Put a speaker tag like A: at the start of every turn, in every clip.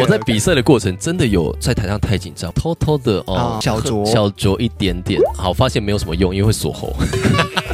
A: 我在比赛的过程真的有在台上太紧张，偷偷的哦
B: 啊小酌
A: 小酌一点点，好发现没有什么用，因为会锁 喉，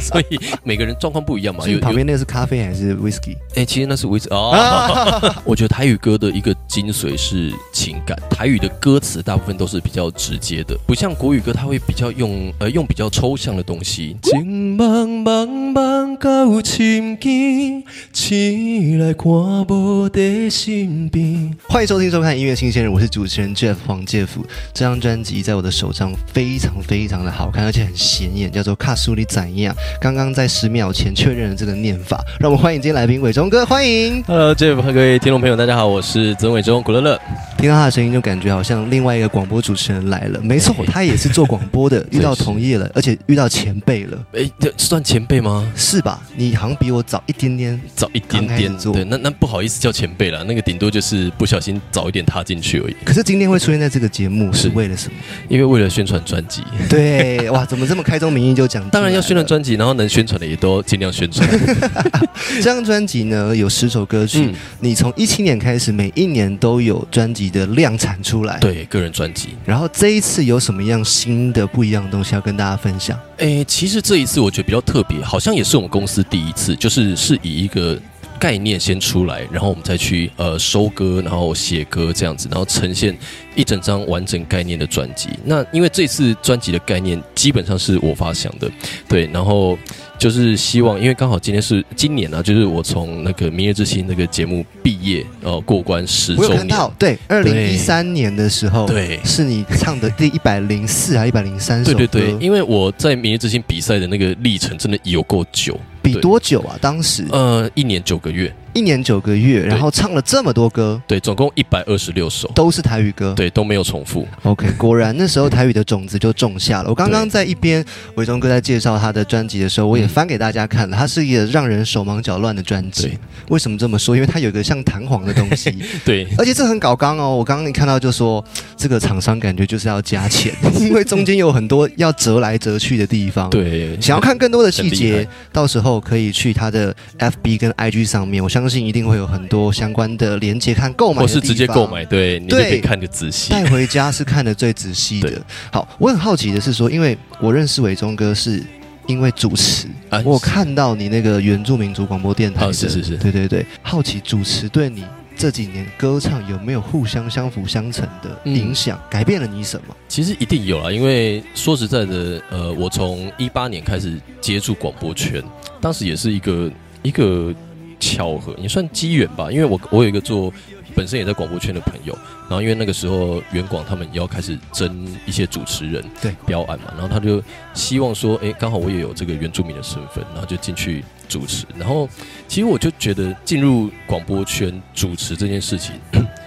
A: 所以每个人状况不一样嘛。
B: 所以
A: 有
B: 旁
A: 有
B: 边那个是咖啡还是 whisky？
A: 哎、其实那是我一直哦。 我觉得台语歌的一个精髓是情感，台语的歌词大部分都是比较直接的，不像国语歌，它会比较用呃用比较抽象的东西。情茫茫茫到深更，醒来看无在身边。
B: 欢迎收听收看音乐新鲜人，我是主持人 Jeff 黄介甫。这张专辑在我的手上非常非常的好看，而且很显眼，叫做《卡苏里怎样》。刚刚在十秒前确认了这个念法，让我们欢迎今天来宾伟忠哥，欢迎！
A: Hello Jeff 和各位听众朋友，大家好，我是曾伟忠古乐乐。
B: 听到他的声音就感觉好像另外一个广播主持人来了，没 错，他也是做广播的，遇到同业了，而且遇到前辈了，
A: 哎、这算前辈吗？
B: 是吧？你好像比我早一点点，
A: 早一点
B: 刚开始
A: 点，
B: 做
A: 对，那那不好意思叫前辈了，那个顶多就是不小心早一点踏进去而已。
B: 可是今天会出现在这个节目
A: 是
B: 是为了什么？
A: 因为为了宣传专辑，
B: 对，哇，怎么这么开宗明义就讲出来了？
A: 当然要宣传专辑，然后能宣传的也都尽量宣传。
B: 这张专辑呢，有十首歌曲，
A: 嗯，
B: 你从一七年开始，每一年都有专辑的量产出来。。
A: 对，个人专辑。
B: 然后这一次有什么样新的不一样的东西要跟大家分享？
A: 诶，其实这一次我觉得比较特别，好像也是我们公司第一次，就是是以一个。概念先出来，然后我们再去呃收歌，然后写歌这样子，然后呈现一整张完整概念的专辑。那因为这次专辑的概念基本上是我发想的，对，然后就是希望，因为刚好今天是今年啊，就是我从那个《明日之星》那个节目毕业，呃，过关十
B: 我有
A: 周
B: 看
A: 年，
B: 到，对，二零一三年的时候，，
A: 对，
B: 是你唱的第一百零四还一百零三首
A: 对
B: 歌，
A: 对对，因为我在《明日之星》比赛的那个历程真的有够久，
B: 比
A: 对
B: 多久啊？当时
A: 呃，一年九个月，
B: 一年九个月，然后唱了这么多歌，
A: 对，总共一百二十六首，
B: 都是台语歌。
A: 对，都没有重复。
B: OK，果然那时候台语的种子就种下了。我刚刚在一边伟忠哥在介绍他的专辑的时候，我也
A: 嗯
B: 翻给大家看了，它是一个让人手忙脚乱的专辑
A: 对。
B: 为什么这么说？因为它有一个像弹簧的东西，
A: 对，
B: 而且这很搞刚哦。我刚刚一看到就说，这个厂商感觉就是要加 钱，因为中间有很多要折来折去的地方。。
A: 对，
B: 想要看更多的细
A: 很
B: 节
A: 厉害，
B: 到时候可以去他的 FB 跟 IG 上面，我相信一定会有很多相关的连接，看购买的
A: 或是直接
B: 地方
A: 购买，对，你就
B: 对
A: 可以看得仔细。
B: 带回家是看得最仔细的
A: 对。
B: 好，我很好奇的是说，因为我认识伟忠哥是因为主持，
A: 啊
B: 我看到你那个原住民族广播电台的，
A: 啊是是是
B: 对对对，好奇主持对你这几年歌唱有没有互相相辅相成的
A: 嗯
B: 影响，改变了你什么？
A: 其实一定有啊，因为说实在的，呃，我从一八年开始接触广播圈，当时也是一个一个巧合，也算机缘吧。因为我我有一个做本身也在广播圈的朋友，然后因为那个时候远广他们也要开始争一些主持人
B: 对
A: 标案嘛，然后他就希望说，哎，刚好我也有这个原住民的身份，然后就进去主持。然后其实我就觉得进入广播圈主持这件事情，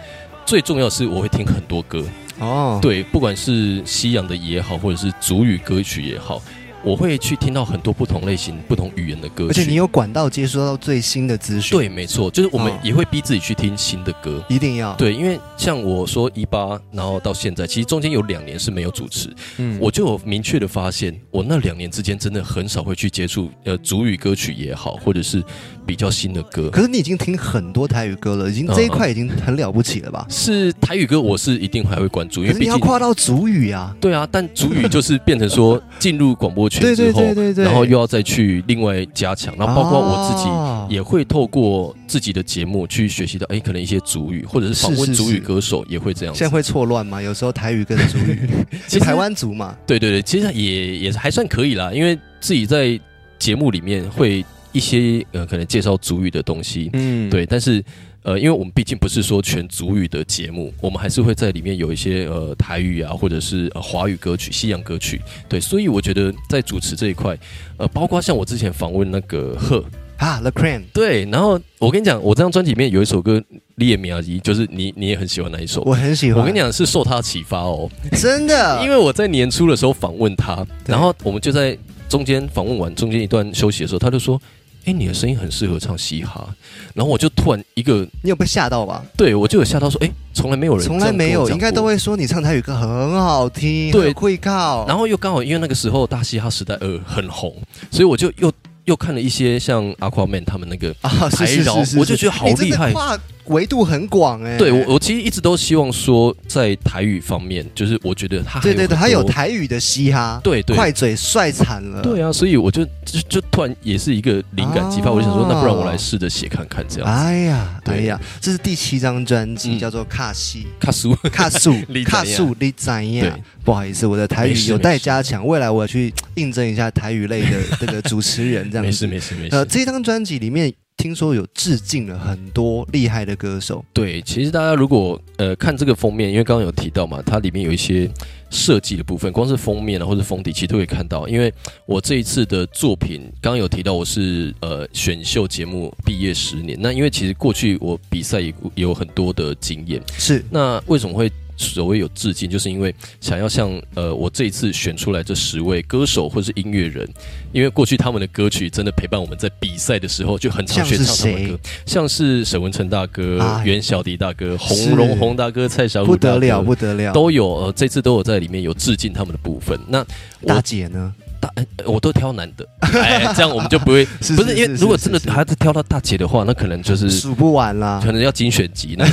A: 最重要的是我会听很多歌。
B: 哦，
A: 对，不管是西洋的也好，或者是主语歌曲也好，我会去听到很多不同类型、不同语言的歌
B: 而
A: 曲。
B: 且你有管道接收到最新的资讯，
A: 对，，没错，就是我们
B: 嗯
A: 也会逼自己去听新的歌。
B: 一定要，
A: 对，因为像我说一八，然后到现在，其实中间有两年是没有主持，
B: 嗯
A: 我就有明确的发现，我那两年之间真的很少会去接触呃主语歌曲也好，或者是比较新的歌。
B: 可是你已经听很多台语歌了，已经
A: 嗯
B: 这一块已经很了不起了吧？
A: 是台语歌，我是一定还会关注，因为
B: 可是
A: 毕
B: 你要
A: 竟
B: 跨到主语啊，
A: 对啊，但主语就是变成说 进入广播圈
B: 对
A: 之
B: 对
A: 后，
B: 对对对，
A: 然后又要再去另外加强，然后包括我自己
B: 哦
A: 也会透过自己的节目去学习到，哎，可能一些主语，或者是访
B: 是
A: 问
B: 是
A: 主语
B: 是
A: 歌手也会这样
B: 现在
A: 子。
B: 会错乱吗？有时候台语跟主语，
A: 其
B: 其
A: 实
B: 实台湾族嘛，
A: 对对对，其实也也还算可以啦，因为自己在节目里面会一些呃，可能介绍主语的东西，
B: 嗯，
A: 对，但是呃，因为我们毕竟不是说全主语的节目，我们还是会在里面有一些呃台语啊，或者是呃华语歌曲、西洋歌曲，对，所以我觉得在主持这一块，呃，包括像我之前访问那个贺，
B: 啊，The Cran，
A: 对，然后我跟你讲，我这张专辑里面有一首歌《列米阿吉》，就是你你也很喜欢那一首。
B: 我很喜欢。
A: 我跟你，讲，是受他启发哦，
B: 真的，
A: 因
B: 为
A: 为我在年初的时候访问他，
B: 对
A: 然后我们就在中间访问完中间一段休息的时候，他就说：“哎，你的声音很适合唱嘻哈。”然后我就突然一个
B: 你有被吓到吧？
A: 对，我就有吓到说，哎，从来没有人
B: 从来没有，应该都
A: 会。
B: 会说你唱台语歌很好听，
A: 对
B: 很会靠。
A: 然
B: 后
A: 后又刚好因为那个时候大嘻哈时代二很红，所以我就又又看了一些像 Aquaman 他们那个
B: 啊，
A: 台
B: 是是
A: 饶
B: 是是，哎
A: 我就觉得好
B: 你真的
A: 厉害
B: 跨维度很广哎、
A: 对我，我其实一直都希望说，在台语方面，就是我觉得他还
B: 对对对，
A: 很
B: 他有
A: 多
B: 台语的嘻哈，
A: 对对
B: 快嘴帅惨了，
A: 对啊，所以我就就就突然也是一个灵感激发，
B: 啊
A: 我就想说，那不然我来试着写看看这样。
B: 哎呀，哎
A: 对
B: 呀，这是第七张专辑，
A: 嗯
B: 叫做《卡西
A: 卡苏，》，
B: 卡素
A: 你，
B: 卡
A: 怎样
B: 素，你怎样
A: 对？
B: 不好意思，我的台
A: 没
B: 语
A: 事
B: 有
A: 没
B: 待
A: 事
B: 加强，未来我要去应征一下台语类的 这个主持人，这样
A: 没
B: 子
A: 事。没事没
B: 呃，
A: 事。
B: 这张专辑里面听说有致敬了很多厉害的歌手，
A: 对，其实大家如果呃看这个封面，因为刚刚有提到嘛，它里面有一些设计的部分，光是封面啊或者封底，其实都可以看到。因为我这一次的作品，刚刚有提到我是呃选秀节目毕业十年，那因为其实过去我比赛也也有很多的经验，
B: 是
A: 那为什么会所谓有致敬，就是因为想要向呃我这一次选出来这十位歌手或是音乐人，因为过去他们的歌曲真的陪伴我们在比赛的时候就很常
B: 像
A: 学
B: 是
A: 唱他们的
B: 谁
A: 歌，像是沈文成大哥、
B: 哎
A: 袁小迪大哥、
B: 是
A: 洪荣宏大哥、蔡小
B: 不
A: 虎大
B: 得
A: 哥
B: 了，不得了。
A: 都有呃这次都有在里面有致敬他们的部分。那我
B: 大姐呢？
A: 呃我都挑 男的，哎，这样我们就不会
B: 是
A: 不是因为如果真的
B: 是
A: 还是挑到大姐的话，那可能就是
B: 数不完 啦。
A: 可能要精选集那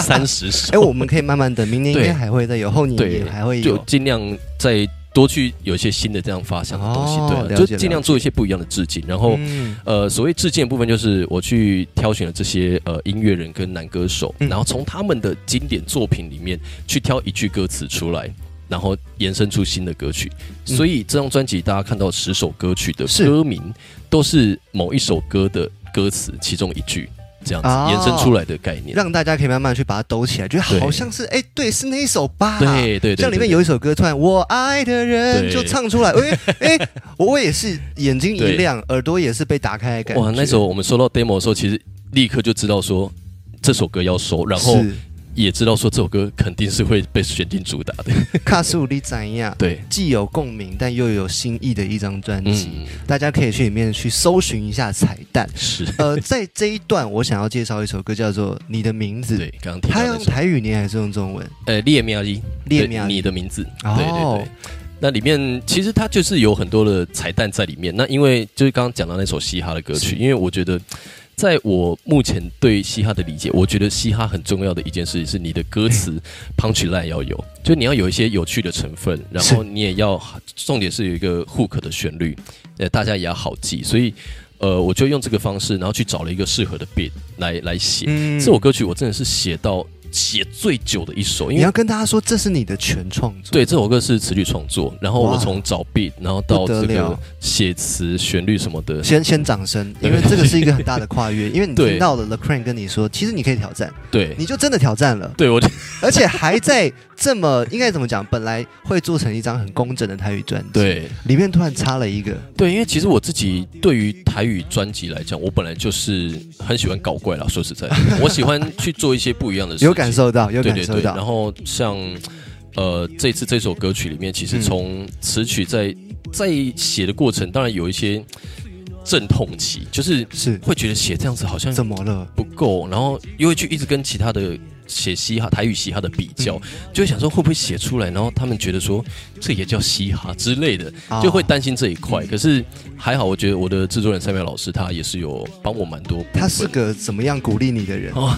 A: 三十首。
B: 哎，我们可以慢慢等，明年应
A: 对
B: 该还会再有，后年
A: 对
B: 也还会
A: 就
B: 有。
A: 尽量再多去有一些新的这样发想的东西，
B: 哦了
A: 对、啊，
B: 解
A: 就尽量做一些不一样的致敬。然后，
B: 嗯，
A: 呃，所谓致敬的部分，就是我去挑选了这些呃音乐人跟男歌手，
B: 嗯
A: 然后从他们的经典作品里面去挑一句歌词出来。然后延伸出新的歌曲，
B: 嗯
A: 所以这张专辑大家看到十首歌曲的
B: 是
A: 歌名都是某一首歌的歌词其中一句，这样子
B: 嗯哦
A: 延伸出来的概念。
B: 让大家可以慢慢去把它抖起来，觉得好
A: 对
B: 像是哎，对，是那一首吧？
A: 对对对对，
B: 像里面有一首歌，突然我爱的人
A: 对
B: 就唱出来，哎 哎，我我也是眼睛一亮，耳朵也是被打开的感觉。
A: 哇，那时候我们收到 demo 的时候，其实立刻就知道说这首歌要收，然后
B: 是
A: 也知道说这首歌肯定是会被选进主打 的。
B: 卡素里怎样？
A: 对，
B: 既有共鸣，但又有新意的一张专辑，
A: 嗯，
B: 大家可以去里面去搜寻一下彩蛋。
A: 是，
B: 呃，在这一段，我想要介绍一首歌，叫做《你的名字》。
A: 对，刚刚提到
B: 它
A: 那
B: 用
A: 首，
B: 台语念还是用中文？
A: 呃，列苗一，
B: 列
A: 对
B: 苗
A: 你的名字，
B: 哦
A: 对对对。那里面其实它就是有很多的彩蛋在里面。那因为就是刚刚讲到那首嘻哈的歌曲，因为我觉得，在我目前对嘻哈的理解，我觉得嘻哈很重要的一件事情是你的歌词 punch line 要有，就你要有一些有趣的成分，然后你也要重点是有一个 hook 的旋律，呃，大家也要好记。所以，呃，我就用这个方式，然后去找了一个适合的 beat 来来写。
B: 嗯
A: 这首歌曲我真的是写到写最久的一首，因
B: 嗯你
A: 为
B: 要跟大家说，这是你的全创作。
A: 对，这首歌是词曲创作，然后
B: 哇
A: 我从找 beat，然后到
B: 不得
A: 这个
B: 了
A: 写词、旋律什么的，
B: 先 先掌声，因
A: 对
B: 为这个是一个很大的 跨越。因为你
A: 对
B: 听到了 The Crane 跟你说，其实你可以挑战，
A: 对
B: 你，就真的挑战了，
A: 对我就
B: 而且还在这么应该怎么讲，本来会做成一张很工整的台语专辑，，
A: 对
B: 里面突然插了一个，
A: 对，因为其实我自己对于台语专辑来讲，我本来就是很喜欢搞怪啦。说实在的，我喜欢去做一些不一样的事情，
B: 有感受到，有
A: 对
B: 感
A: 对
B: 受
A: 对。
B: 到，
A: 然后像呃，这次这首歌曲里面，其实
B: 嗯
A: 从词曲在在写的过程，当然有一些阵痛期，就是
B: 是
A: 会觉得写这样子好像
B: 怎么了？
A: 不够，然后又会去一直跟其他的写嘻哈台语嘻哈的比
B: 嗯
A: 较，就会想说会不会写出来，然后他们觉得说这也叫嘻哈之类的，
B: 啊嗯
A: 就会担心这一块。可是还好，我觉得我的制作人三秒老师他也是有帮我蛮多部分的。
B: 他是个怎么样鼓励你的人？
A: 哦，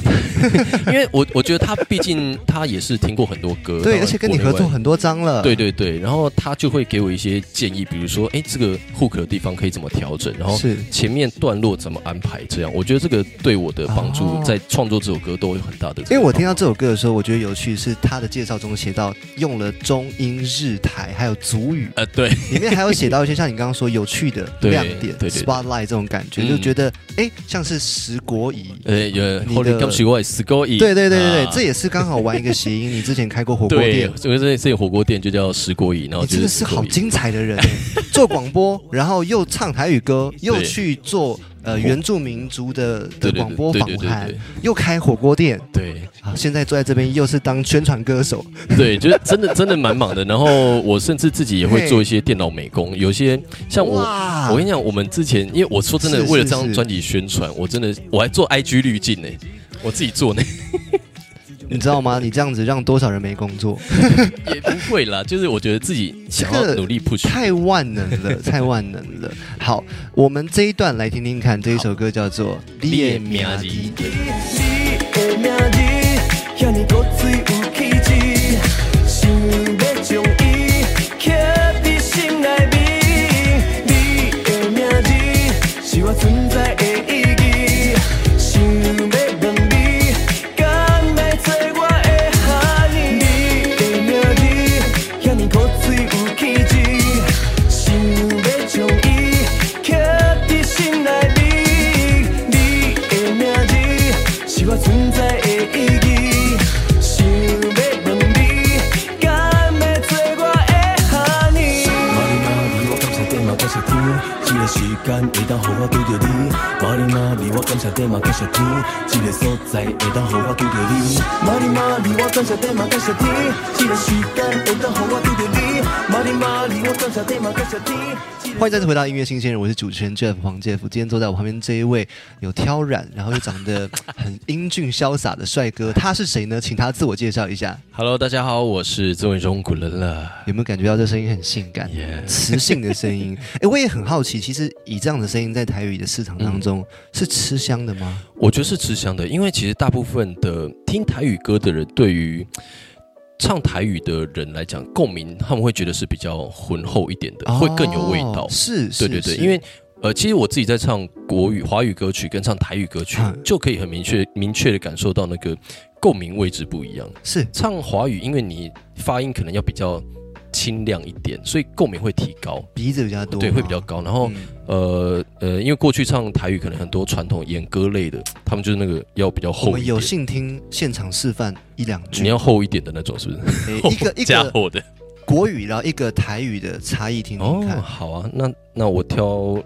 A: 因为我我觉得他毕竟他也是听过很多歌，
B: 对，
A: 然后
B: 而且跟你
A: 国内
B: 合作
A: 外。
B: 很多张了，
A: 对对对，然后他就会给我一些建议，比如说，哎，这个 hook 的地方可以怎么调整，然后
B: 是
A: 前面段落怎么安排，这样我觉得这个对我的帮助
B: 哦，
A: 在创作这首歌都有很大的。
B: 因为我听到这首歌的时候，我觉得有趣是他的介绍中写到用了中英日台还有族语，
A: 呃， 对，
B: 里面还有写到一些像你刚刚说有趣的
A: 对
B: 亮点
A: 对对对
B: ，spotlight 这种感觉，
A: 嗯
B: 就觉得哎像是石国仪。
A: 呃，有
B: 你的
A: Holy 刚学外 s c o
B: 对对对对对
A: 啊，
B: 这也是刚好玩一个谐音。你之前开过火锅
A: 对
B: 店，，
A: 这个这这火锅店就叫石锅椅，然后
B: 你
A: 就
B: 真的是
A: 石
B: 好
A: 锅椅。
B: 精彩的人，欸 做广播，然后又唱台语歌，又去做呃原住民族的的
A: 对对
B: 广播
A: 对
B: 访
A: 对对
B: 谈
A: 对，
B: 又开火锅店
A: 对
B: 啊！现在坐在这边又是当宣传歌手，
A: 对，就是真的真的蛮忙的。然后我甚至自己也会做一些电脑美工，有些像我，
B: 哇
A: 我跟你讲，我们之前因为我说真的
B: 是，是
A: 为了这张
B: 是
A: 专辑宣传，我真的我还做 IG 滤镜呢，我自己做呢，
B: 你知道吗？你这样子让多少人没工作？
A: 也不会啦，就是我觉得自己想
B: 这
A: 要
B: 个
A: 努力 push。
B: 太万能了， 太万能了。好，
A: 啊
B: 我们这一段来听听看，这一首歌叫做《
A: 你的名字
B: 字
C: 你的字，遐尼古锥有气质，想要将伊刻在心内面。你的名字是我存在的意义，想要问你，敢来做我的 honey？你的名字遐尼古锥有气质，想要将伊刻在心内面。你的名字是我存在的意义，想要问你，敢要做我的 honey？玛丽玛丽，我感谢天嘛，感谢天，这个时间会当予我拄着你。玛丽玛丽，我感谢天嘛，感谢天，这个所在会当予我拄着你。玛丽玛丽，我感谢天嘛，感谢天，这个时间会当予我拄着你。玛丽玛丽，我感谢天嘛，感谢天。这个
B: 欢迎再次回到音乐新鲜人，我是主持人 Jeff 黄介夫。今天坐在我旁边这一位有挑染，然后又长得很英俊潇洒的帅哥，他是谁呢？请他自我介绍一下。
A: Hello，大家好，我是曾伟忠古伦了。
B: 有没有感觉到这声音很性 感
A: Yeah
B: 磁性的声 音？哎、我也很好奇，其实以这样的声音在台语的市场当中、是吃香的吗？
A: 我觉得是吃香的，因为其实大部分的听台语歌的人，对于唱台语的人来讲，共鸣他们会觉得是比较浑厚一点的，会更有味道
B: 哦。是，是
A: 对对对，
B: 是
A: 因为呃，其实我自己在唱国语、华语歌曲跟唱台语歌曲，
B: 嗯
A: 就可以很明确、明确的感受到那个共鸣位置不一样。
B: 是
A: 唱华语，因为你发音可能要比较清亮一点，所以共鸣会提高，
B: 鼻子比较多吗，啊
A: 对，会比较高。然后、
B: 嗯
A: 呃呃，因为过去唱台语可能很多传统演歌类的，他们就是那个要比较
B: 我
A: 厚
B: 们
A: 一
B: 有
A: 点，
B: 幸听现场示范一两句，
A: 你要厚一点的那种，是不是？
B: 诶一个一
A: 加
B: 个
A: 厚的
B: 国语，然后一个台语的差异听
A: 哦
B: 听看。，
A: 好啊，那那我挑，我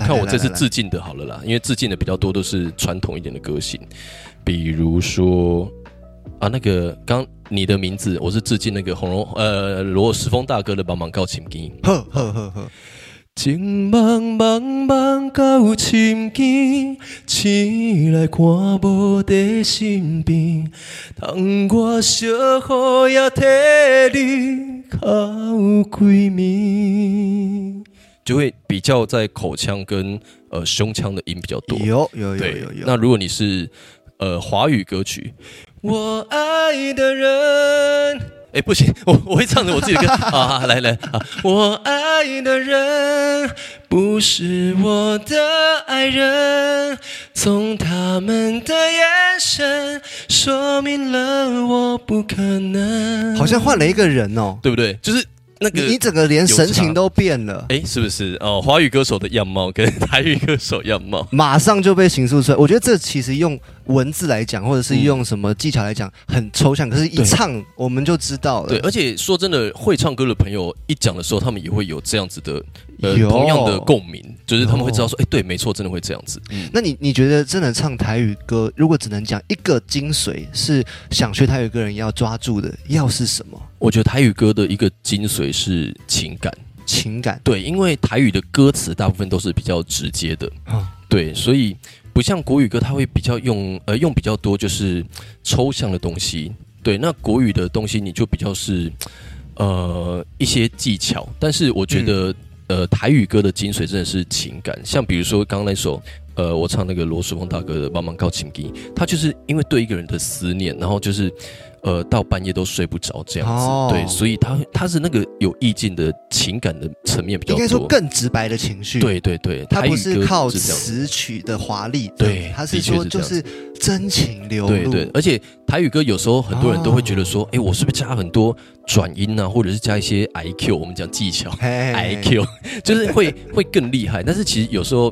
A: 看
B: 来来
A: 我这次
B: 来来
A: 致敬的好了啦，因为致敬的比较多都是传统一点的歌型，比如说啊，那个刚你的名字，我是致敬那个红龙呃罗时峰大哥的《帮忙告情经》。
B: 呵呵呵呵，
A: 情茫茫茫到深更，醒来看无在身边，通我小雨也替你哭几暝，就会比较在口腔跟呃胸腔的音比较多。
B: 有有有
A: 对
B: 有有。
A: 那如果你是呃华语歌曲，我爱的人，哎，不行， 我我会唱的我自己的歌 啊，来来啊，我爱的人不是我的爱人，从他们的眼神说明了我不可能，
B: 好像换了一个人哦，
A: 对不对？就是那个
B: 你你整个连神情都变了，
A: 哎，是不是哦？华语歌手的样貌跟 台语歌手样貌。
B: 马上就被形塑出来。我觉得这其实用文字来讲，或者是用什么技巧来讲，很抽象，可是一
A: 对
B: 唱我们就知道了。
A: 对，而且说真的，会唱歌的朋友一讲的时候，他们也会有这样子的呃
B: 有
A: 同样的共鸣，就是他们会知道
B: 有
A: 说，哎、对，没错，真的会这样子。
B: 那你你觉得真的唱台语歌，如果只能讲一个精髓，是想学台语歌人要抓住的，要是什么
A: 我觉得台语歌的一个精髓是情感，
B: 情感？
A: 对，因为台语的歌词大部分都是比较直接的，
B: 啊，
A: 对，所以不像国语歌，它会比较用呃用比较多就是抽象的东西，对，那国语的东西你就比较是呃一些技巧，但是我觉得、
B: 嗯
A: 呃台语歌的精髓真的是情感，像比如说刚刚那首。呃，我唱那个罗时峰大哥的《帮忙告情敌》，他就是因为对一个人的思念，然后就是，呃，到半夜都睡不着这样子，
B: 哦
A: 对，所以他他是那个有意境的情感的层面比较
B: 应
A: 多，
B: 该说更直白的情绪。。
A: 对对对，
B: 它
A: 台语
B: 不
A: 歌
B: 是靠
A: 这样子
B: 词曲的华丽，
A: 对
B: 它是
A: 的确
B: 说
A: 是
B: 就
A: 这样
B: 是真情流
A: 对
B: 露，
A: 对，而且台语歌有时候很多人都会觉得说，
B: 嗯
A: 哎、我是不是加很多转音啊，或者是加一些 I Q，我们讲技巧
B: 嘿
A: I Q，就是会会更厉害。但是其实有时候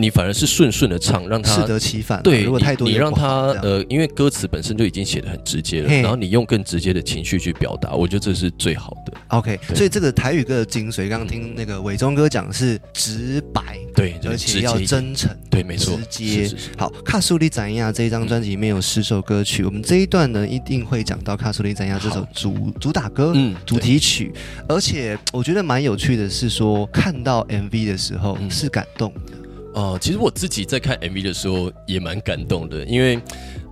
A: 你反而是顺顺的唱，让
B: 适
A: 他
B: 得其反啊。
A: 对
B: 如果
A: 你
B: 太多
A: 你
B: 也不
A: 让他
B: 好这样
A: 呃，因为歌词本身就已经写的很直接了，
B: 嘿
A: 然后你用更直接的情绪去表达，我觉得这是最好的。
B: OK，
A: 呃对
B: 所以这个台语歌的精髓，刚刚听那个伟忠哥讲是直白，
A: 对，就
B: 而
A: 是嗯
B: 且
A: 直
B: 要
A: 接一点，
B: 真诚。
A: 对，没错，
B: 直接
A: 是是是
B: 好，《卡苏里展亚》这一张
A: 嗯
B: 专辑里面有十首歌曲，我们这一段呢一定会讲到《卡苏里展亚》这首
A: 好
B: 主主打歌、
A: 嗯，
B: 主
A: 对
B: 题曲，而且我觉得蛮有趣的是说，看到 MV 的时候
A: 嗯
B: 是感动的，
A: 哦、其实我自己在看 MV 的时候也蛮感动的，因为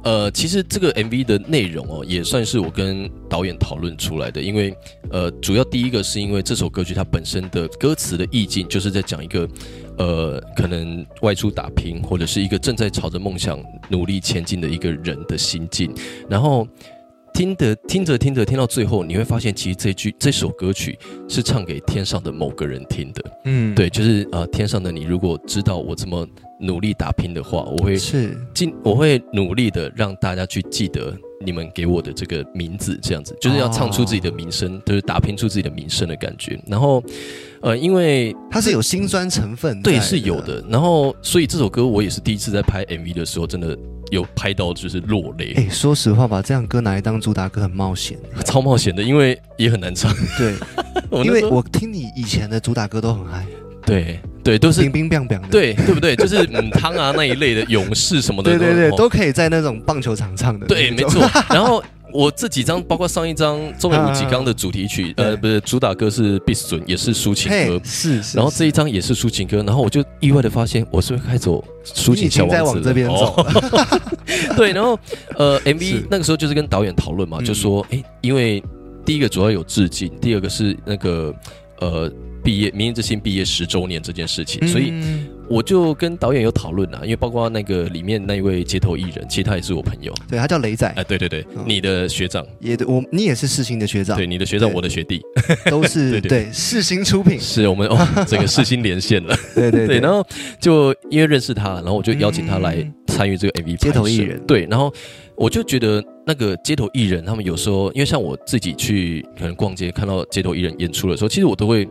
A: 呃，其实这个 MV 的内容哦，也算是我跟导演讨论出来的。因为呃，主要第一个是因为这首歌曲它本身的歌词的意境就是在讲一个呃，可能外出打拼，或者是一个正在朝着梦想努力前进的一个人的心境。然后听的听着听着，听到最后，你会发现，其实这句这首歌曲是唱给天上的某个人听的。
D: 嗯，
A: 对，就是呃，天上的你，如果知道我这么努力打拼的话，我会
B: 是
A: 尽我会努力的让大家去记得你们给我的这个名字，这样子就是要唱出自己的名声，就是打拼出自己的名声的感觉。然后，呃，因为
B: 它是有辛酸成分，
A: 对是有。的，然后所以这首歌我也是第一次在拍 MV 的时候，真的有拍到就是落泪，
B: 哎、说实话吧，这样歌拿来当主打歌很 冒险。
A: 超冒险的，因为也很难唱。
B: 对，
A: 我那
B: 因为
A: 时候
B: 我听你以前的主打歌都很嗨，
A: 对对都是
B: 冰冰冰冰的。
A: 对对不对？就是嗯汤啊那一类的勇士什么的，
B: 对对对
A: 哦
B: 都可以在那种棒球场唱的。
A: 对，没 错。。然后我这几张，包括上一张《中原五级纲》的主题曲，
B: 对
A: 呃，不是主打歌是《必死准》，也是抒情
B: 嘿
A: 歌，。
B: 是是。
A: 然后这一张也是抒情歌，然后我就意外的发现，我是不是开始走抒
B: 你已
A: 情小王
B: 经
A: 子
B: 在往
A: 了
B: 这边走
A: 哦
B: 了，
A: 对，然后呃
B: 是
A: ，MV 那个时候就是跟导演讨论嘛，
B: 嗯
A: 就说，哎，因为第一个主要有致敬，第二个是那个呃毕业《明日之星》毕业十周年这件事情，所以
D: 嗯
A: 我就跟导演有讨论啊，因为包括那个里面那一位街头艺人，其实他也是我朋友，
B: 对他叫雷仔
A: 哎，，对对对
B: 嗯，
A: 你的学长。
B: 也我你也是世新的学长
A: 对，，你的学长，
B: 对
A: 我的学弟，
B: 都是
A: 对对对
B: 对世新出品，
A: 是我们 哦，整个世新连线了。
B: 对 对
A: 对，然后就因为认识他，然后我就邀请他来
D: 嗯
A: 参与这个 MV
B: 街头
A: 拍摄
B: 艺人
A: 对，然后我就觉得那个街头艺人，他们有时候因为像我自己去可能逛街看到街头艺人演出的时候，其实我都会。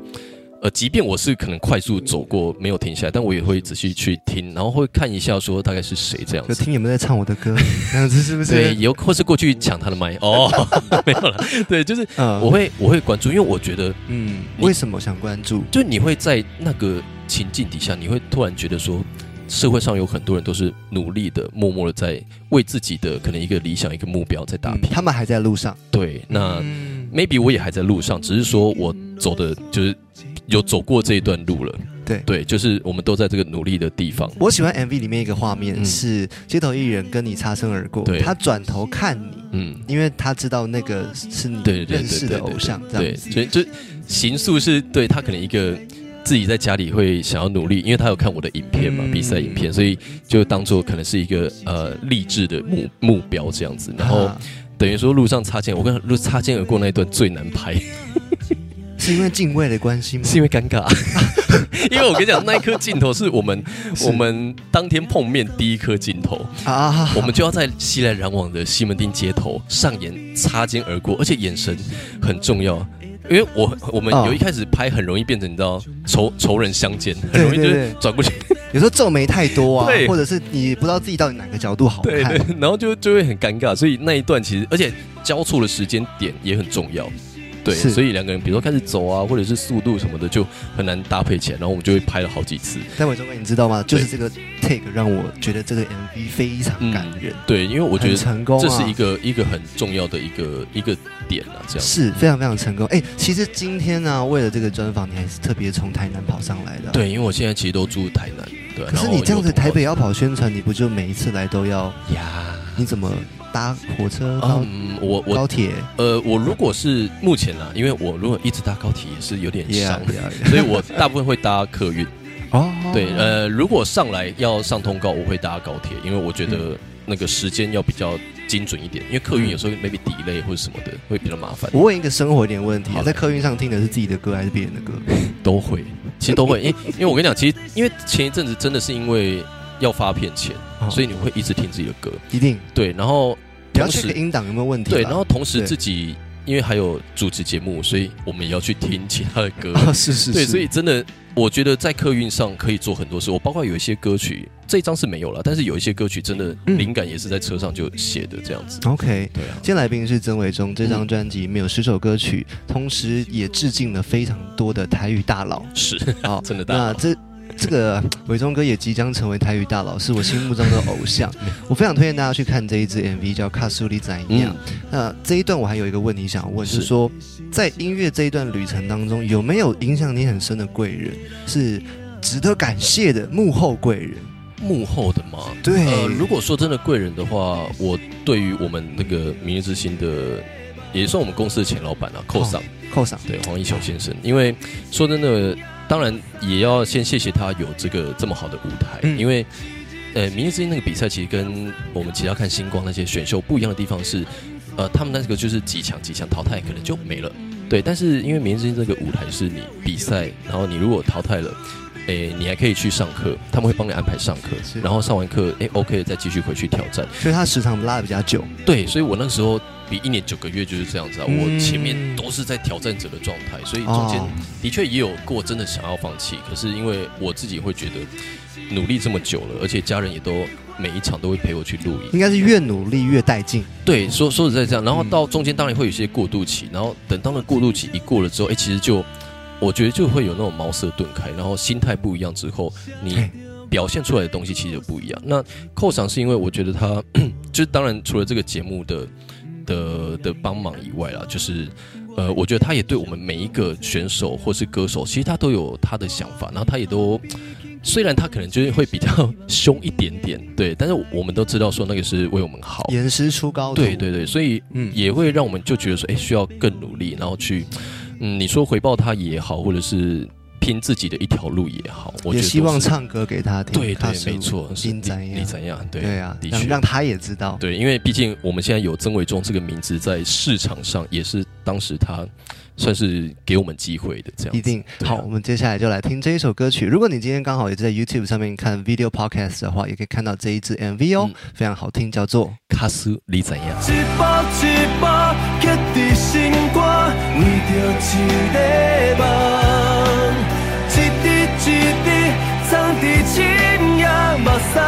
A: 呃，即便我是可能快速走过，没有停下来，但我也会仔细去听，然后会看一下说大概是谁这样
B: 就
A: 子。
B: 听你们在唱我 的歌，这样子是不
A: 对，
B: 是？
A: 有或是过去抢他的麦哦， 没有了。对，就是
B: 嗯
A: 我会我会关注，因为我觉得
B: 嗯，
A: 你
B: 为什么想关注？
A: 就你会在那个情境底下，你会突然觉得说，社会上有很多人都是努力的、默默的在为自己的可能一个理想、一个目标在打
B: 嗯
A: 拼。
B: 他们还在路上，
A: 对，那
D: 嗯
A: maybe 我也还在路上，只是说我走的就是有走过这一段路了。
B: 对
A: 对，就是我们都在这个努力的地方。
B: 我喜欢 MV 里面一个画面、
A: 嗯
B: 是街头艺人跟你擦身而过，
A: 对
B: 他转头看你，
A: 嗯，
B: 因为他知道那个是你
A: 对对
B: 认识的
A: 对对
B: 偶像，这
A: 对，
B: 样
A: 所
B: 子。
A: 以就行塑是对他可能一个自己在家里会想要努力，因为他有看我的影片嘛，
D: 嗯
A: 比赛影片，所以就当做可能是一个呃励志的目目标这样子。然后
B: 啊
A: 等于说路上擦肩，我跟路擦肩而过那一段最难 拍，
B: 是因为敬畏的关系吗？
A: 是因为尴
B: 啊
A: 尬。 因为我跟你讲，那一颗镜头是我们
B: 是
A: 我们当天碰面第一颗镜头，
B: 啊，
A: 我们就要在熙来攘往的西门町街头上演擦肩而过，而且眼神很重要，因为我我们
B: 啊
A: 有一开始拍很容易变成你知道仇仇人相见，很容易就
B: 对对
A: 是
B: 对
A: 转过去，
B: 有时候皱眉太多啊
A: 对，
B: 或者是你不知道自己到底哪个角度好
A: 对
B: 看
A: 对，， 然后就就会很尴尬，所以那一段其实而且交错的时间点也很重要。对，
B: 是
A: 所以两个人比如说开始走啊，或者是速度什么的，就很难搭配起来，然后我们就会拍了好几次。
B: 但伟忠哥，你知道吗？就是
A: 对
B: 这个 take 让我觉得这个 MV 非常感人，
A: 对，因为我觉
B: 很
A: 得
B: 成功、啊，
A: 这是一个一个很重要的一个一个点啊，这样。
B: 是非常非常成功。哎、其实今天呢、为了这个专访，你还是特别从台南跑上来的、。
A: 对，因为我现在其实都住台南，对啊。
B: 可是
A: 然后
B: 你这样
A: 有
B: 子，
A: 同
B: 台
A: 胞
B: 北要跑宣传，你不就每一次来都要？
A: 呀，
B: 你怎么搭火车到
A: 嗯，我
B: 高嗯
A: 我
B: 铁？
A: 呃，我如果是目前啊啦，因为我如果一直搭高铁也是有点伤
B: Yeah, yeah,
A: 所以我大部分会搭客运。
B: 哦，
A: 对，呃，如果上来要上通告，我会搭高铁，因为我觉
B: 嗯
A: 得那个时间要比较精准一点，因为客运有时候 maybe delay 或者什么的会比较麻烦。
B: 我问一个生活一点问题啊，
A: 好
B: 在
A: 嘞
B: 客运上听的是自己的歌还是别人的歌？
A: 都会，其实都会，因为因为我跟你讲，其实因为前一阵子真的是因为要发片前，
B: 哦
A: 所以你会一直听自己的歌，
B: 一定
A: 对，然后
B: 你要
A: 同
B: check
A: 时
B: 音档有没有问题啦？
A: 对，然后同时
B: 对
A: 自己因为还有主持节目，所以我们也要去听其他的 歌，
B: 啊，是是是，
A: 对，所以真的，我觉得在客运上可以做很多事。我包括有一些歌曲，这一张是没有了，但是有一些歌曲真的
B: 嗯
A: 灵感也是在车上就写的这样子。
B: OK。
A: 对啊，
B: 今天来宾是曾伟忠，这
A: 嗯
B: 张专辑里面有十首歌曲，同时也致敬了非常多的台语大佬。
A: 是
B: 好，
A: 真的大嗯佬
B: 那这 这个伟忠哥也即将成为台语大佬，是我心目中的 偶像。
A: 嗯
B: 我非常推荐大家去看这一支 MV，叫《卡苏里怎样》。
A: 嗯，
B: 那这一段我还有一个问题想问，就是是说在音乐这一段旅程当中，有没有影响你很深的贵人，是值得感谢的幕后贵人？
A: 幕后的嘛，
B: 对，
A: 呃，如果说真的贵人的话，我对于我们那个明日之星的，也算我们公司的前老板啊，寇
B: 哦
A: 桑，
B: 扣上
A: 对黄一雄先生，因为说真的，当然也要先谢谢他有这个这么好的舞台，
D: 嗯
A: 因为呃，明日之星那个比赛其实跟我们其他看星光那些选秀不一样的地方是，呃，他们那个就是几强几强淘汰可能就没了，对。但是因为明日之星这个舞台是你比赛，然后你如果淘汰了。诶，你还可以去上课，他们会帮你安排上课
B: 是，
A: 然后上完课，诶 o k 再继续回去挑战。
B: 所以他时长拉的比较久，
A: 对，所以我那个时候比一年九个月就是这样子啊，
D: 嗯
A: 我前面都是在挑战者的状态，所以中间
B: 哦
A: 的确也有过真的想要放弃，可是因为我自己会觉得努力这么久了，而且家人也都每一场都会陪我去录
B: 应
A: 影，
B: 该是越努力越带劲。
A: 对，说说实在这样，然后到中间当然会有一些过渡期，然后等到那过渡期一过了之后，哎、其实就我觉得就会有那种茅塞顿开，然后心态不一样之后，你
B: 哎
A: 表现出来的东西其实就不一样。那扣赏是因为我觉得他 就是当然除了这个节目的的的帮忙以外啦，就是呃，我觉得他也对我们每一个选手或是歌手，其实他都有他的想法，然后他也都。虽然他可能就是会比较 凶一点点，对，但是我们都知道说那个是为我们好，
B: 严师出高徒，
A: 对对对，所以
D: 嗯
A: 也会让我们就觉得说，哎，需要更努力，然后去，嗯，你说回报他也好，或者是拼自己的一条路也好，我觉
B: 也
A: 得
B: 希
A: 都
B: 望
A: 是
B: 唱歌给他听。
A: 对
B: 他
A: 对，
B: 是
A: 没错，是
B: 金
A: 你
B: 展
A: 你怎样？对
B: 对啊
A: 的，
B: 让
A: 确
B: 让他也知道。
A: 对，因为毕竟我们现在有曾伟忠这个名字在市场上，也是当时他算是给我们机会的这样子。
B: 一定
A: 对啊
B: 好，我们接下来就来听这一首歌曲。如果你今天刚好也在 YouTube 上面看 video podcast 的话，也可以看到这一支 MV 哦，
A: 嗯
B: 非常好听，叫做
A: 卡斯你怎样？
C: 一步一步刻在心肝，为着一个梦，一滴一滴藏在深夜，目屎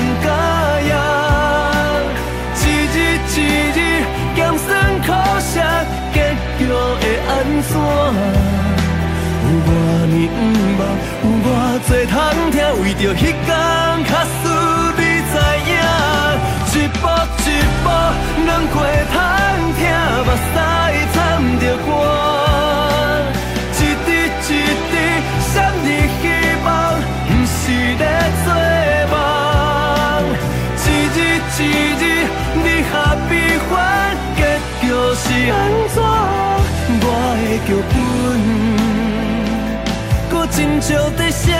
C: 不敢咽，一日一日咸酸苦涩，结局会安怎？有偌呢毋茫，有偌多通听，为着迄天，假使你知影，一步一步，两过通听，目屎掺着汗，一滴一滴闪着希望，不是咧做梦，一日一日，你下悲欢，结局是安怎？我的剧本。搁真少在写。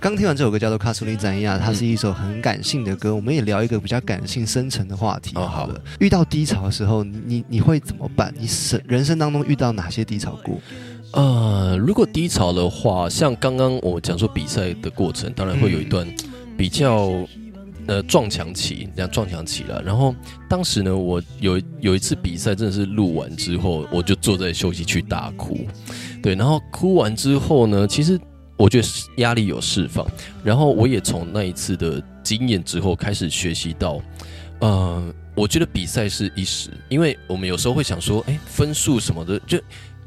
B: 刚听完这首歌叫做《卡苏里展
A: 嗯
B: 亚》，它是一首很感性的歌。我们也聊一个比较感性、深沉的话题
A: 哦
B: 好
A: 好
B: 了。遇到低潮的时候，你你你会怎么办？你生人生当中遇到哪些低潮过？
A: 呃，如果低潮的话，像刚刚我讲说比赛的过程，当然会有一段比较呃撞墙期，这样撞墙期了。然后当时呢，我有一有一次比赛，真的是录完之后，我就坐在休息区大哭，对，然后哭完之后呢，其实我觉得压力有释放，然后我也从那一次的经验之后开始学习到，呃，我觉得比赛是一时，因为我们有时候会想说，哎，分数什么的就。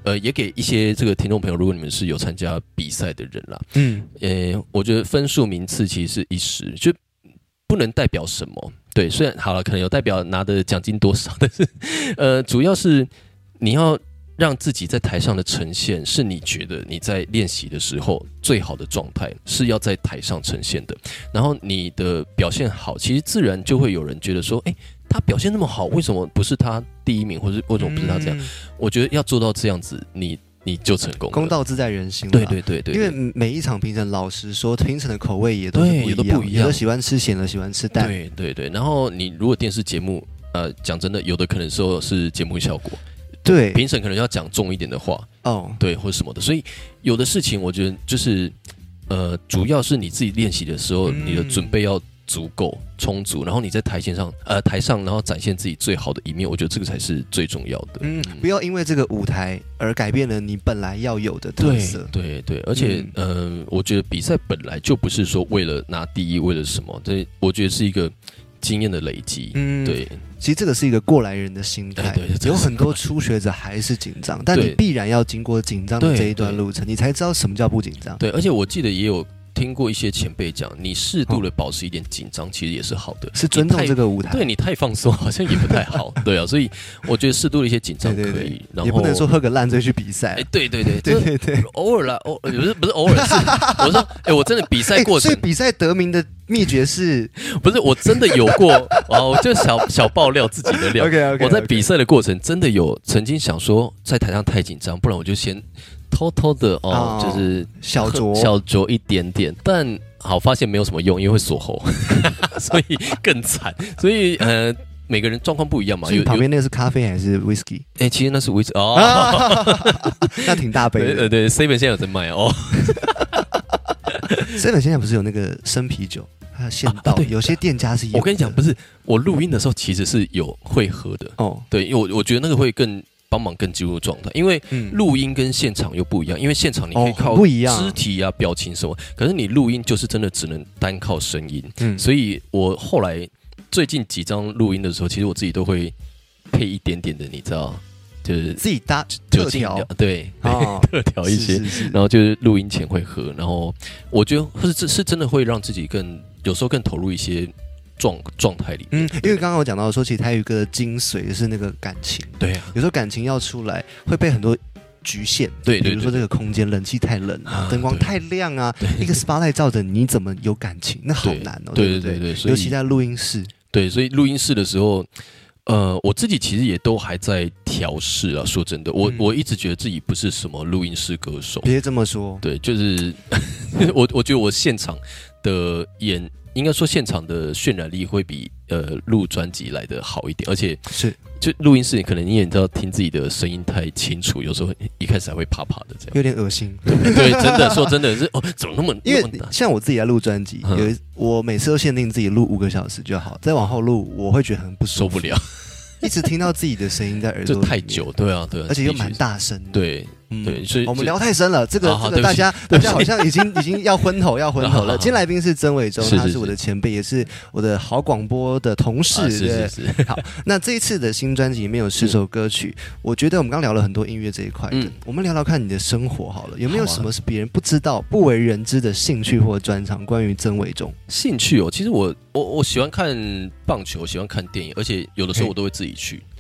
A: 呃，也给一些这个听众朋友，如果你们是有参加比赛的人啦，
D: 嗯
A: 呃，我觉得分数名次其实是一时，就不能代表什么。对，虽然好了，可能有代表拿的奖金多少，但 是呃，主要是你要让自己在台上的呈现是你觉得你在练习的时候最好的状态，是要在台上呈现的。然后你的表现好，其实自然就会有人觉得说，哎、他表现那么好，为什么不是他第一名，或是为什么不是他这样？
D: 嗯
A: 我觉得要做到这样子，你你就成功了。
B: 公道自在人心啦。
A: 对对对对，
B: 因
A: 对
B: 为每一场评审，老实说，评审的口味也都是
A: 对
B: 不一
A: 也都不一样
B: 有的喜欢吃咸的，喜欢吃淡。
A: 对对对，然后你如果电视节目，呃，讲真的，有的可能说是节目效果，
B: 对，
A: 评审可能要讲重一点的话，
B: 哦，
A: 对，或者什么的，所以有的事情我觉得就是，呃，主要是你自己练习的时候，
D: 嗯
A: 你的准备要足够充足，然后你在台前上，呃，台上然后展现自己最好的一面，我觉得这个才是最重要的。
D: 嗯
B: 不要因为这个舞台而改变了你本来要有的特
A: 对
B: 色。
A: 对对，而且嗯、呃我觉得比赛本来就不是说为了拿第一，为了什么，这我觉得是一个经验的累积。
D: 嗯，
A: 对，
B: 其实这个是一个过来人的心态，
A: 哎对这
B: 有
A: 是
B: 很多
A: 过来人
B: 初学者还是紧张，但你
A: 对
B: 必然要经过紧张的
A: 对
B: 这一段
A: 对
B: 路程，你才知道什么叫不紧张。
A: 对，而且我记得也有听过一些前辈讲，你适度的保持一点紧张，其实也是好的，
B: 是尊重这个舞台，
A: 对你太放松好像也不太 好，对啊，所以我觉得适度的一些紧张可以，
B: 对对对
A: 然后
B: 也不能说喝个烂醉去比赛
A: 哎、。对对对，
B: 对
A: 就
B: 对对，
A: 偶尔啦，偶不是不是偶尔，是我说哎、我真的比赛
B: 哎
A: 过
B: 所
A: 程、
B: 以比赛得名的秘诀是
A: 不是我真的有过，啊，我就小小爆料自己的料。
B: OK，OK，OK
A: 我在比赛的过程真的有曾经想说在台上太紧张，不然我就先偷偷的哦
B: 哦，
A: 就是
B: 小酌
A: 小酌一点点，但好发现没有什么用，因为会锁喉， 所以更惨。所以呃，每个人状况不一样嘛。
B: 所以
A: 有
B: 你旁
A: 有
B: 边那个啊是咖啡还是 whisky？
A: 哎、其实那是维持 哦。
B: 那挺大杯
A: 对
B: 的
A: 呃。对，seven 现在有在卖 哦，
B: seven 现在不是有那个生啤酒，还有现
A: 啊
B: 倒，
A: 对
B: 有些店家是有的。
A: 我跟你讲，不是我录音的时候其实是有会喝的，
B: 哦，
A: 对，因为我我觉得那个会更帮忙更进入状态，因为
B: 嗯
A: 录音跟现场又不一样，因为现场你可以
B: 哦
A: 靠
B: 不一样
A: 肢体啊、表情什么，可是你录音就是真的只能单靠声音，
B: 嗯
A: 所以我后来最近几张录音的时候，其实我自己都会配一点点的，你知道，就是
B: 自己搭
A: 酒
B: 特
A: 精
B: 调
A: 料，对，
B: 哦
A: 特调一些，
B: 是是是
A: 然后就是录音前会喝，然后我觉得是是真的会让自己更有时候更投入一些状状态里面
B: 嗯，，因为刚刚我讲到说，其实台语歌的精髓就是那个感情，
A: 对啊，
B: 有时候感情要出来会被很多局限，
A: 对
B: 比
A: 对
B: 如说
A: 对
B: 这个空间冷气太冷啊
A: 啊，
B: 灯光
A: 对
B: 太亮啊，
A: 对
B: 一个 spotlight 照着你，你怎么有感情？那好
A: 对
B: 难哦，
A: 对
B: 不
A: 对对对所
B: 尤
A: 以哦
B: 其在录音室，
A: 对，所以录音室的时候，呃，我自己其实也都还在调试啊。说真的，我、
B: 嗯
A: 我一直觉得自己不是什么录音室歌手，
B: 别这么说，
A: 对，就是 我我觉得我现场的演，应该说现场的渲染力会比呃录专辑来的好一点，而且
B: 是
A: 就录音室可能你也知道，听自己的声音太清楚，有时候一开始还会怕怕的这样。
B: 有点恶心。
A: 对，真的说真的是哦，怎么那么
B: 因
A: 那
B: 为
A: 么大？
B: 像我自己在录专辑，
A: 嗯
B: 有一我每次都限定自己录五个小时就好，再往后录我会觉得很不舒
A: 受
B: 服，
A: 不了，
B: 一直听到自己的声音在耳朵
A: 这
B: 里面
A: 太，久，对啊，对啊，
B: 而且又
A: 的确
B: 蛮
A: 是，
B: 大声的。
A: 对
B: 嗯
A: 对，所以
B: 我们
A: 所以
B: 聊太深了，这个
A: 好好
B: 这个
A: 对不
B: 大
A: 起
B: 家
A: 对不
B: 大
A: 起
B: 家好像已经已经要昏头要昏
A: 好
B: 头
A: 好好
B: 了。今天来宾是曾伟忠，
A: 是
B: 他
A: 是
B: 是我
A: 是
B: 的前辈，也是我的好广播的同事。
A: 啊是是
B: 对
A: 是。
B: 好，那这一次的新专辑里面有十首歌曲，我觉得我们刚聊了很多音乐这一块的，
A: 嗯
B: 我们聊聊看你的生活好了，有没有
A: 好啊
B: 什么是别人不知道、不为人知的兴趣或专长？关于曾伟忠，
A: 兴趣哦，其实我我我喜欢看棒球，喜欢看电影，而且有的时候
B: 嘿
A: 我都会自己去。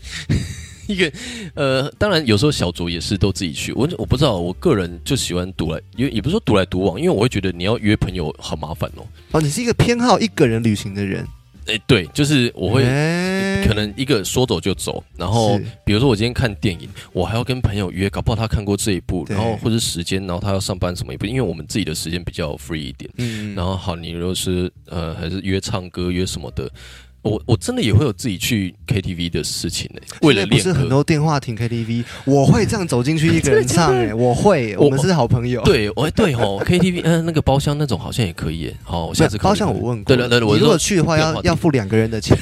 A: 一个呃，当然有时候小酌也是都自己去。我我不知道，我个人就喜欢独来，也也不是说独来独往，因为我会觉得你要约朋友很麻烦哦。
B: 哦，你是一个偏好一个人旅行的人，
A: 哎，对，就是我会。
B: 哎
A: 可能一个说走就走，然后
B: 是
A: 比如说我今天看电影，我还要跟朋友约，搞不好他看过这一部，
B: 对
A: 然后或者时间，然后他要上班什么也不，因为我们自己的时间比较 free 一点。
B: 嗯
A: 然后好，你如果是呃还是约唱歌约什么的，我我真的也会有自己去 KTV 的事情呢、为了
B: 现在不
A: 练
B: 是很
A: 歌。
B: 多电话亭 KTV，我会这样走进去一个 人唱、哎，我会，
A: 我
B: 我们是好朋友。
A: 对，我对吼 KTV，嗯、那个包厢那种好像也可以耶。好，我
B: 不是，
A: 下次考虑
B: 包厢我问过，
A: 对了对了，我
B: 你如果
A: 说
B: 去的话
A: 电话
B: 要
A: 亭
B: 要付两个人的钱。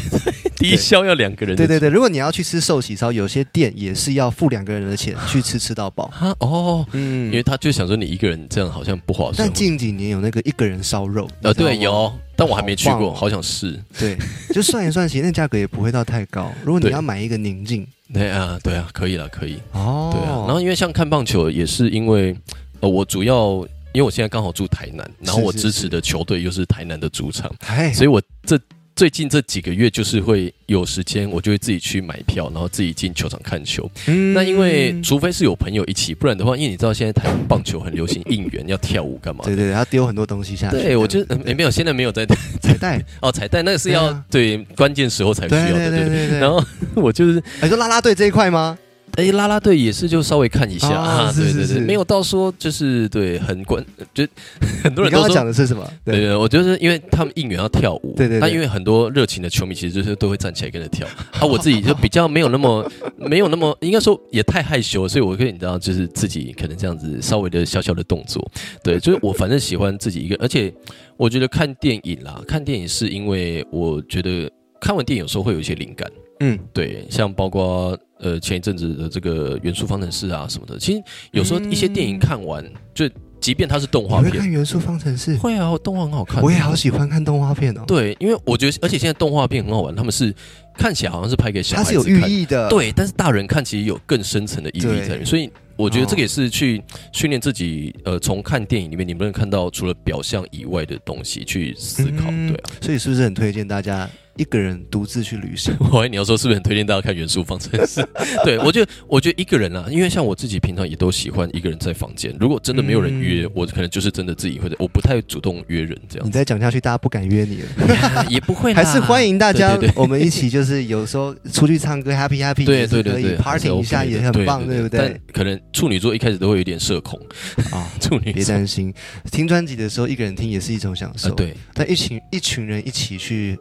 A: 低消要两个人的
B: 对
A: 钱。
B: 对对，如果你要去吃寿喜烧，有些店也是要付两个人的钱去吃吃到饱。
A: 啊哦， 因为
B: 嗯，
A: 他就想说你一个人这样好像不划算
B: 但。近几年有那个一个人烧肉，
A: 呃，
B: 你知道吗
A: 对，有，但我还没去
B: 好棒
A: 过，
B: 哦
A: 好想试。
B: 对，就算一算，其实那价格也不会到太高。如果你
A: 对
B: 要买一个宁静，
A: 对啊，对啊，可以了，可以。
B: 哦，
A: 对啊，然后因为像看棒球也是因为，呃，我主要因为我现在刚好住台南，然后
B: 是
A: 我
B: 是
A: 支
B: 是
A: 持的球队又是台南的主场，
B: 哎，
A: 所以我这最近这几个月就是会有时间，我就会自己去买票，然后自己进球场看球。
B: 嗯
A: 那因为除非是有朋友一起，不然的话，因为你知道现在台湾棒球很流行应援，要跳舞干嘛？
B: 对对啊对，要丢很多东西下去。
A: 对，我觉得没没有，现在没有在
B: 彩带，
A: 哦，彩带那个是要
B: 对啊
A: 对关键时候 才需
B: 对
A: 要的，
B: 对对
A: 对。
B: 对对。
A: 然后 我就是，
B: 你说啦啦队这一块吗？
A: 哎，啦啦队也是就稍微看一下
B: 哦
A: 啊，
B: 是
A: 对
B: 是
A: 对对，
B: 是
A: 没有到说就是对很关， 就很多人
B: 你刚
A: 都
B: 刚讲
A: 说。
B: 的是什么？
A: 对，对，我就是因为他们应援要跳舞，
B: 对对对
A: 那因为很多热情的球迷其实就是都会站起来跟着跳，啊，我自己就比较没有那么 没有那么，应该说也太害羞了，所以我可以你知道，就是自己可能这样子稍微的小小的动作，对，就是我反正喜欢自己一个，而且我觉得看电影啦，看电影是因为我觉得看完电影有时候会有一些灵感。
B: 嗯，
A: 对，像包括呃前一阵子的这个元素方程式啊什么的，其实有时候一些电影看完，就即便它是动画
B: 嗯你会
A: 片
B: 看，元素方程式？
A: 会啊，动画很好看，
B: 我也好喜欢看动画片哦。，
A: 对，因为我觉得，而且现在动画片很好玩，他们是看起来好像是拍给小
B: 它
A: 孩子
B: 是
A: 看，
B: 有寓意的。，
A: 对，但是大人看其实有更深层的意义
B: 对哦
A: 在里面，所以我觉得这个也是去训练自己，呃，从看电影里面你不能看到除了表象以外的东西去思考，
B: 嗯
A: 对啊。
B: 所以是不是很推荐大家一个人独自去旅 行？
A: 我怀疑你要说是不是很推荐大家看《元素方程式》？对我觉得，我觉得一个人啊，因为像我自己平常也都喜欢一个人在房间。如果真的没有人约，
B: 嗯
A: 我可能就是真的自己会在，我不太主动约人这
B: 你
A: 样
B: 再讲下去，大家不敢 约你了。
A: 子，也不会啦
B: 还是欢迎大家
A: 啊对对对，
B: 我们一起就是有时候出去唱歌 happy happy，
A: 对
B: 也是
A: 对对
B: 可以
A: 对
B: party 一下也很棒，对
A: 对
B: 不
A: 但
B: 对？
A: 可能处女座一开始都会有点社恐，
B: 啊，
A: 处女
B: 别
A: 座
B: 担心，听专辑的时候一个人听也是一种享
A: 啊
B: 受，，
A: 对
B: 但一群一群人一起去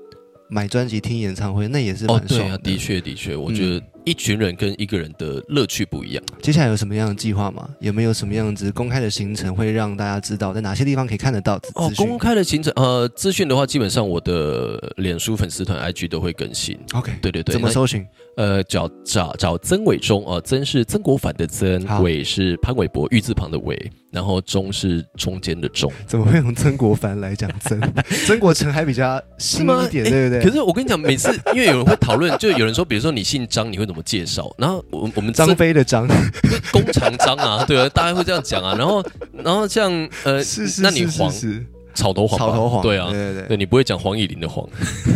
B: 买专辑、听演唱会，那也是
A: 哦
B: 蛮
A: 对
B: 爽
A: 啊，的
B: 的。嗯
A: 确的确，我觉得一群人跟一个人的乐趣不一样。
B: 接下来有什么样的计划吗？有没有什么样子公开的行程会让大家知道在哪些地方可以看得到资
A: 哦
B: 资，讯
A: 公开的行程呃资讯的话，基本上我的脸书粉丝团 IG 都会更新。
B: ？OK，
A: 对对对，
B: 怎么
A: 那
B: 搜寻？
A: 呃，找找找曾伟忠哦，曾是曾国藩的曾
B: 好，
A: 伟是潘玮柏玉字旁的伟，然后忠是中间的忠。
B: 怎么会用曾国藩来讲 曾？曾国成还比较新一点，
A: 诶
B: 对不对？
A: 哎可是我跟你讲，每次因为有人会讨论，就有人说，比如说你姓张，你会怎么介绍？然后我我们
B: 张
A: 曾
B: 飞的张，
A: 弓长张啊，对啊，大家会这样讲 啊。然后然后像呃，
B: 是是，
A: 那你
B: 是
A: 黄
B: 是
A: 草头黄吧，
B: 草头黄，
A: 对啊，
B: 对对
A: 对你不会讲黄以玲的黄，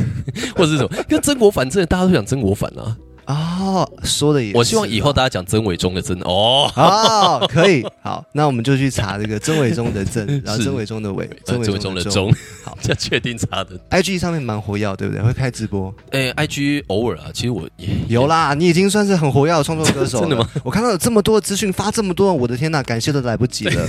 A: 或者是什么？跟曾国藩真的大家都讲曾国藩啊。
B: 哦，说的也是，
A: 我希望以后大家讲曾伟忠的曾哦。
B: 哦，可以，好，那我们就去查这个曾伟忠 的曾，然后曾伟忠的伟，
A: 呃
B: 伟
A: 曾伟
B: 忠
A: 忠
B: 的
A: 的
B: 忠
A: 忠，
B: 好
A: 要确定查的
B: ，IG 上面蛮活跃，对不对？会开直播，
A: 哎、i g 偶尔啊，其实我也
B: 有啦，你已经算是很活跃的创作歌手
A: 真
B: 了，
A: 的吗？
B: 我看到有这么多的资讯，发这么多，我的天呐，感谢都来不及 了，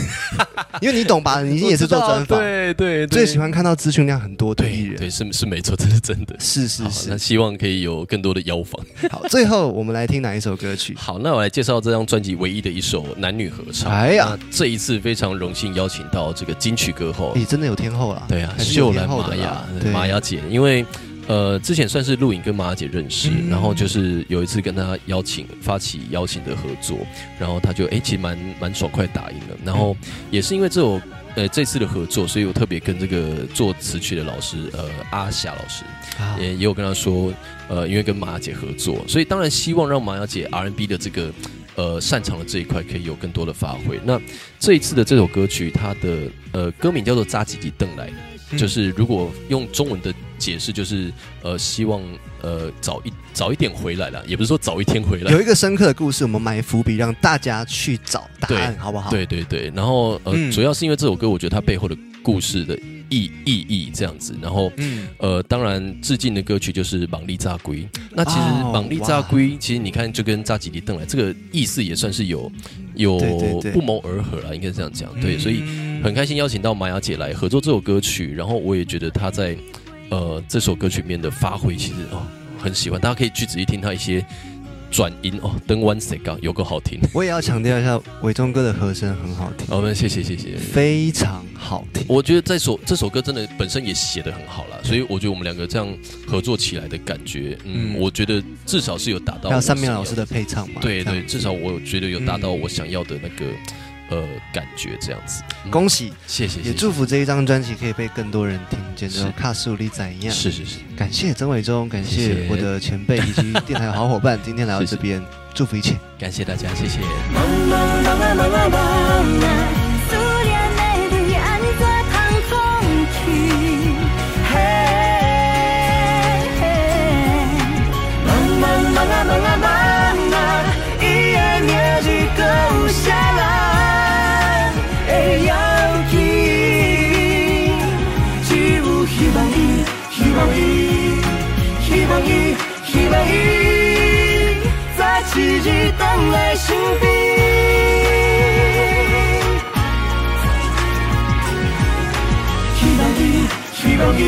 B: 因为你懂吧？你也是做专访，
A: 对对对，
B: 最喜欢看到资讯量很多的艺
A: 对
B: 人，
A: 对是是没错，这 是真的。
B: 是是
A: 好，那
B: 是，
A: 希望可以有更多的邀访。
B: 好，最后我们来听哪一首歌曲？
A: 好，那我来介绍这张专辑唯一的一首男女合唱。
B: 哎呀，
A: 那这一次非常荣幸邀请到这个金曲歌后，
B: 你哎真的有天后啦，
A: 对啊，
B: 还是有
A: 秀
B: 天
A: 兰
B: 后
A: 玛
B: 的
A: 雅
B: 啦，
A: 对
B: 对
A: 玛雅姐，因为呃之前算是录影跟玛雅姐认识，
B: 嗯
A: 然后就是有一次跟她邀请发起邀请的合作，然后她就哎、诶其实蛮蛮爽快答应了，然
B: 嗯
A: 后也是因为这首呃这次的合作，所以我特别跟这个作词曲的老师呃阿霞老师
B: 啊
A: 也也有跟她说，呃因为跟玛雅姐合作，所以当然希望让玛雅
B: 嗯
A: 姐 R&B 的这个。呃，擅长的这一块可以有更多的发挥。那这一次的这首歌曲，它的呃歌名叫做《扎几吉邓来》，
B: 嗯
A: 就是如果用中文的解释，就是呃，希望呃早一早一点回来啦，也不是说早一天回来
B: 有，一个深刻的故事，我们埋伏笔，让大家去找答案，好不好？，
A: 对对对。然后呃，
B: 嗯
A: 主要是因为这首歌，我觉得它背后的故事的意意义这样子。然后
B: 嗯，
A: 呃，当然致敬的歌曲就是《绑力炸龟》。那其实
B: 哦
A: 《绑力炸龟》其实你看就跟扎吉里邓来这个意思也算是有有
B: 对对对
A: 不谋而合啦，应该是这样讲。对，
B: 嗯
A: 所以很开心邀请到玛雅姐来合作这首歌曲，然后我也觉得她在呃这首歌曲里面的发挥其实哦很喜欢，大家可以去仔细听她一些转音哦，登湾谁刚有够好听。
B: 我也要强调一下，伟忠哥的和声很好听，
A: 好，我们谢谢谢谢。
B: 非常好听。
A: 我觉得这首这首歌真的本身也写得很好啦，
B: 嗯
A: 所以我觉得我们两个这样合作起来的感觉，嗯，
B: 嗯
A: 我觉得至少是有达到。
B: 还有三面老师，的配唱嘛？
A: 对
B: 这
A: 对，
B: 样
A: 至少我觉得有达到我想要的那个呃感觉，这样子。嗯
B: 恭喜，
A: 谢谢，
B: 也
A: 谢谢
B: 祝福这一张专辑可以被更多人听见，
A: 是
B: 就卡苏里仔一样。
A: 是是是，
B: 感谢曾伟忠，感
A: 谢
B: 谢
A: 谢
B: 我的前辈以及电台的好 伙伴，今天来到
A: 是是
B: 这边，祝福一切。
A: 感谢大家，谢谢。
D: 忙忙忙啊忙啊忙啊，思念的你安怎通放弃？嘿，
C: 茫茫茫啊茫啊茫啊，伊的名字搁有谁人会记起？只有希望伊，希望伊，希望伊，希望伊，早一日返来身边。希望伊，希望伊，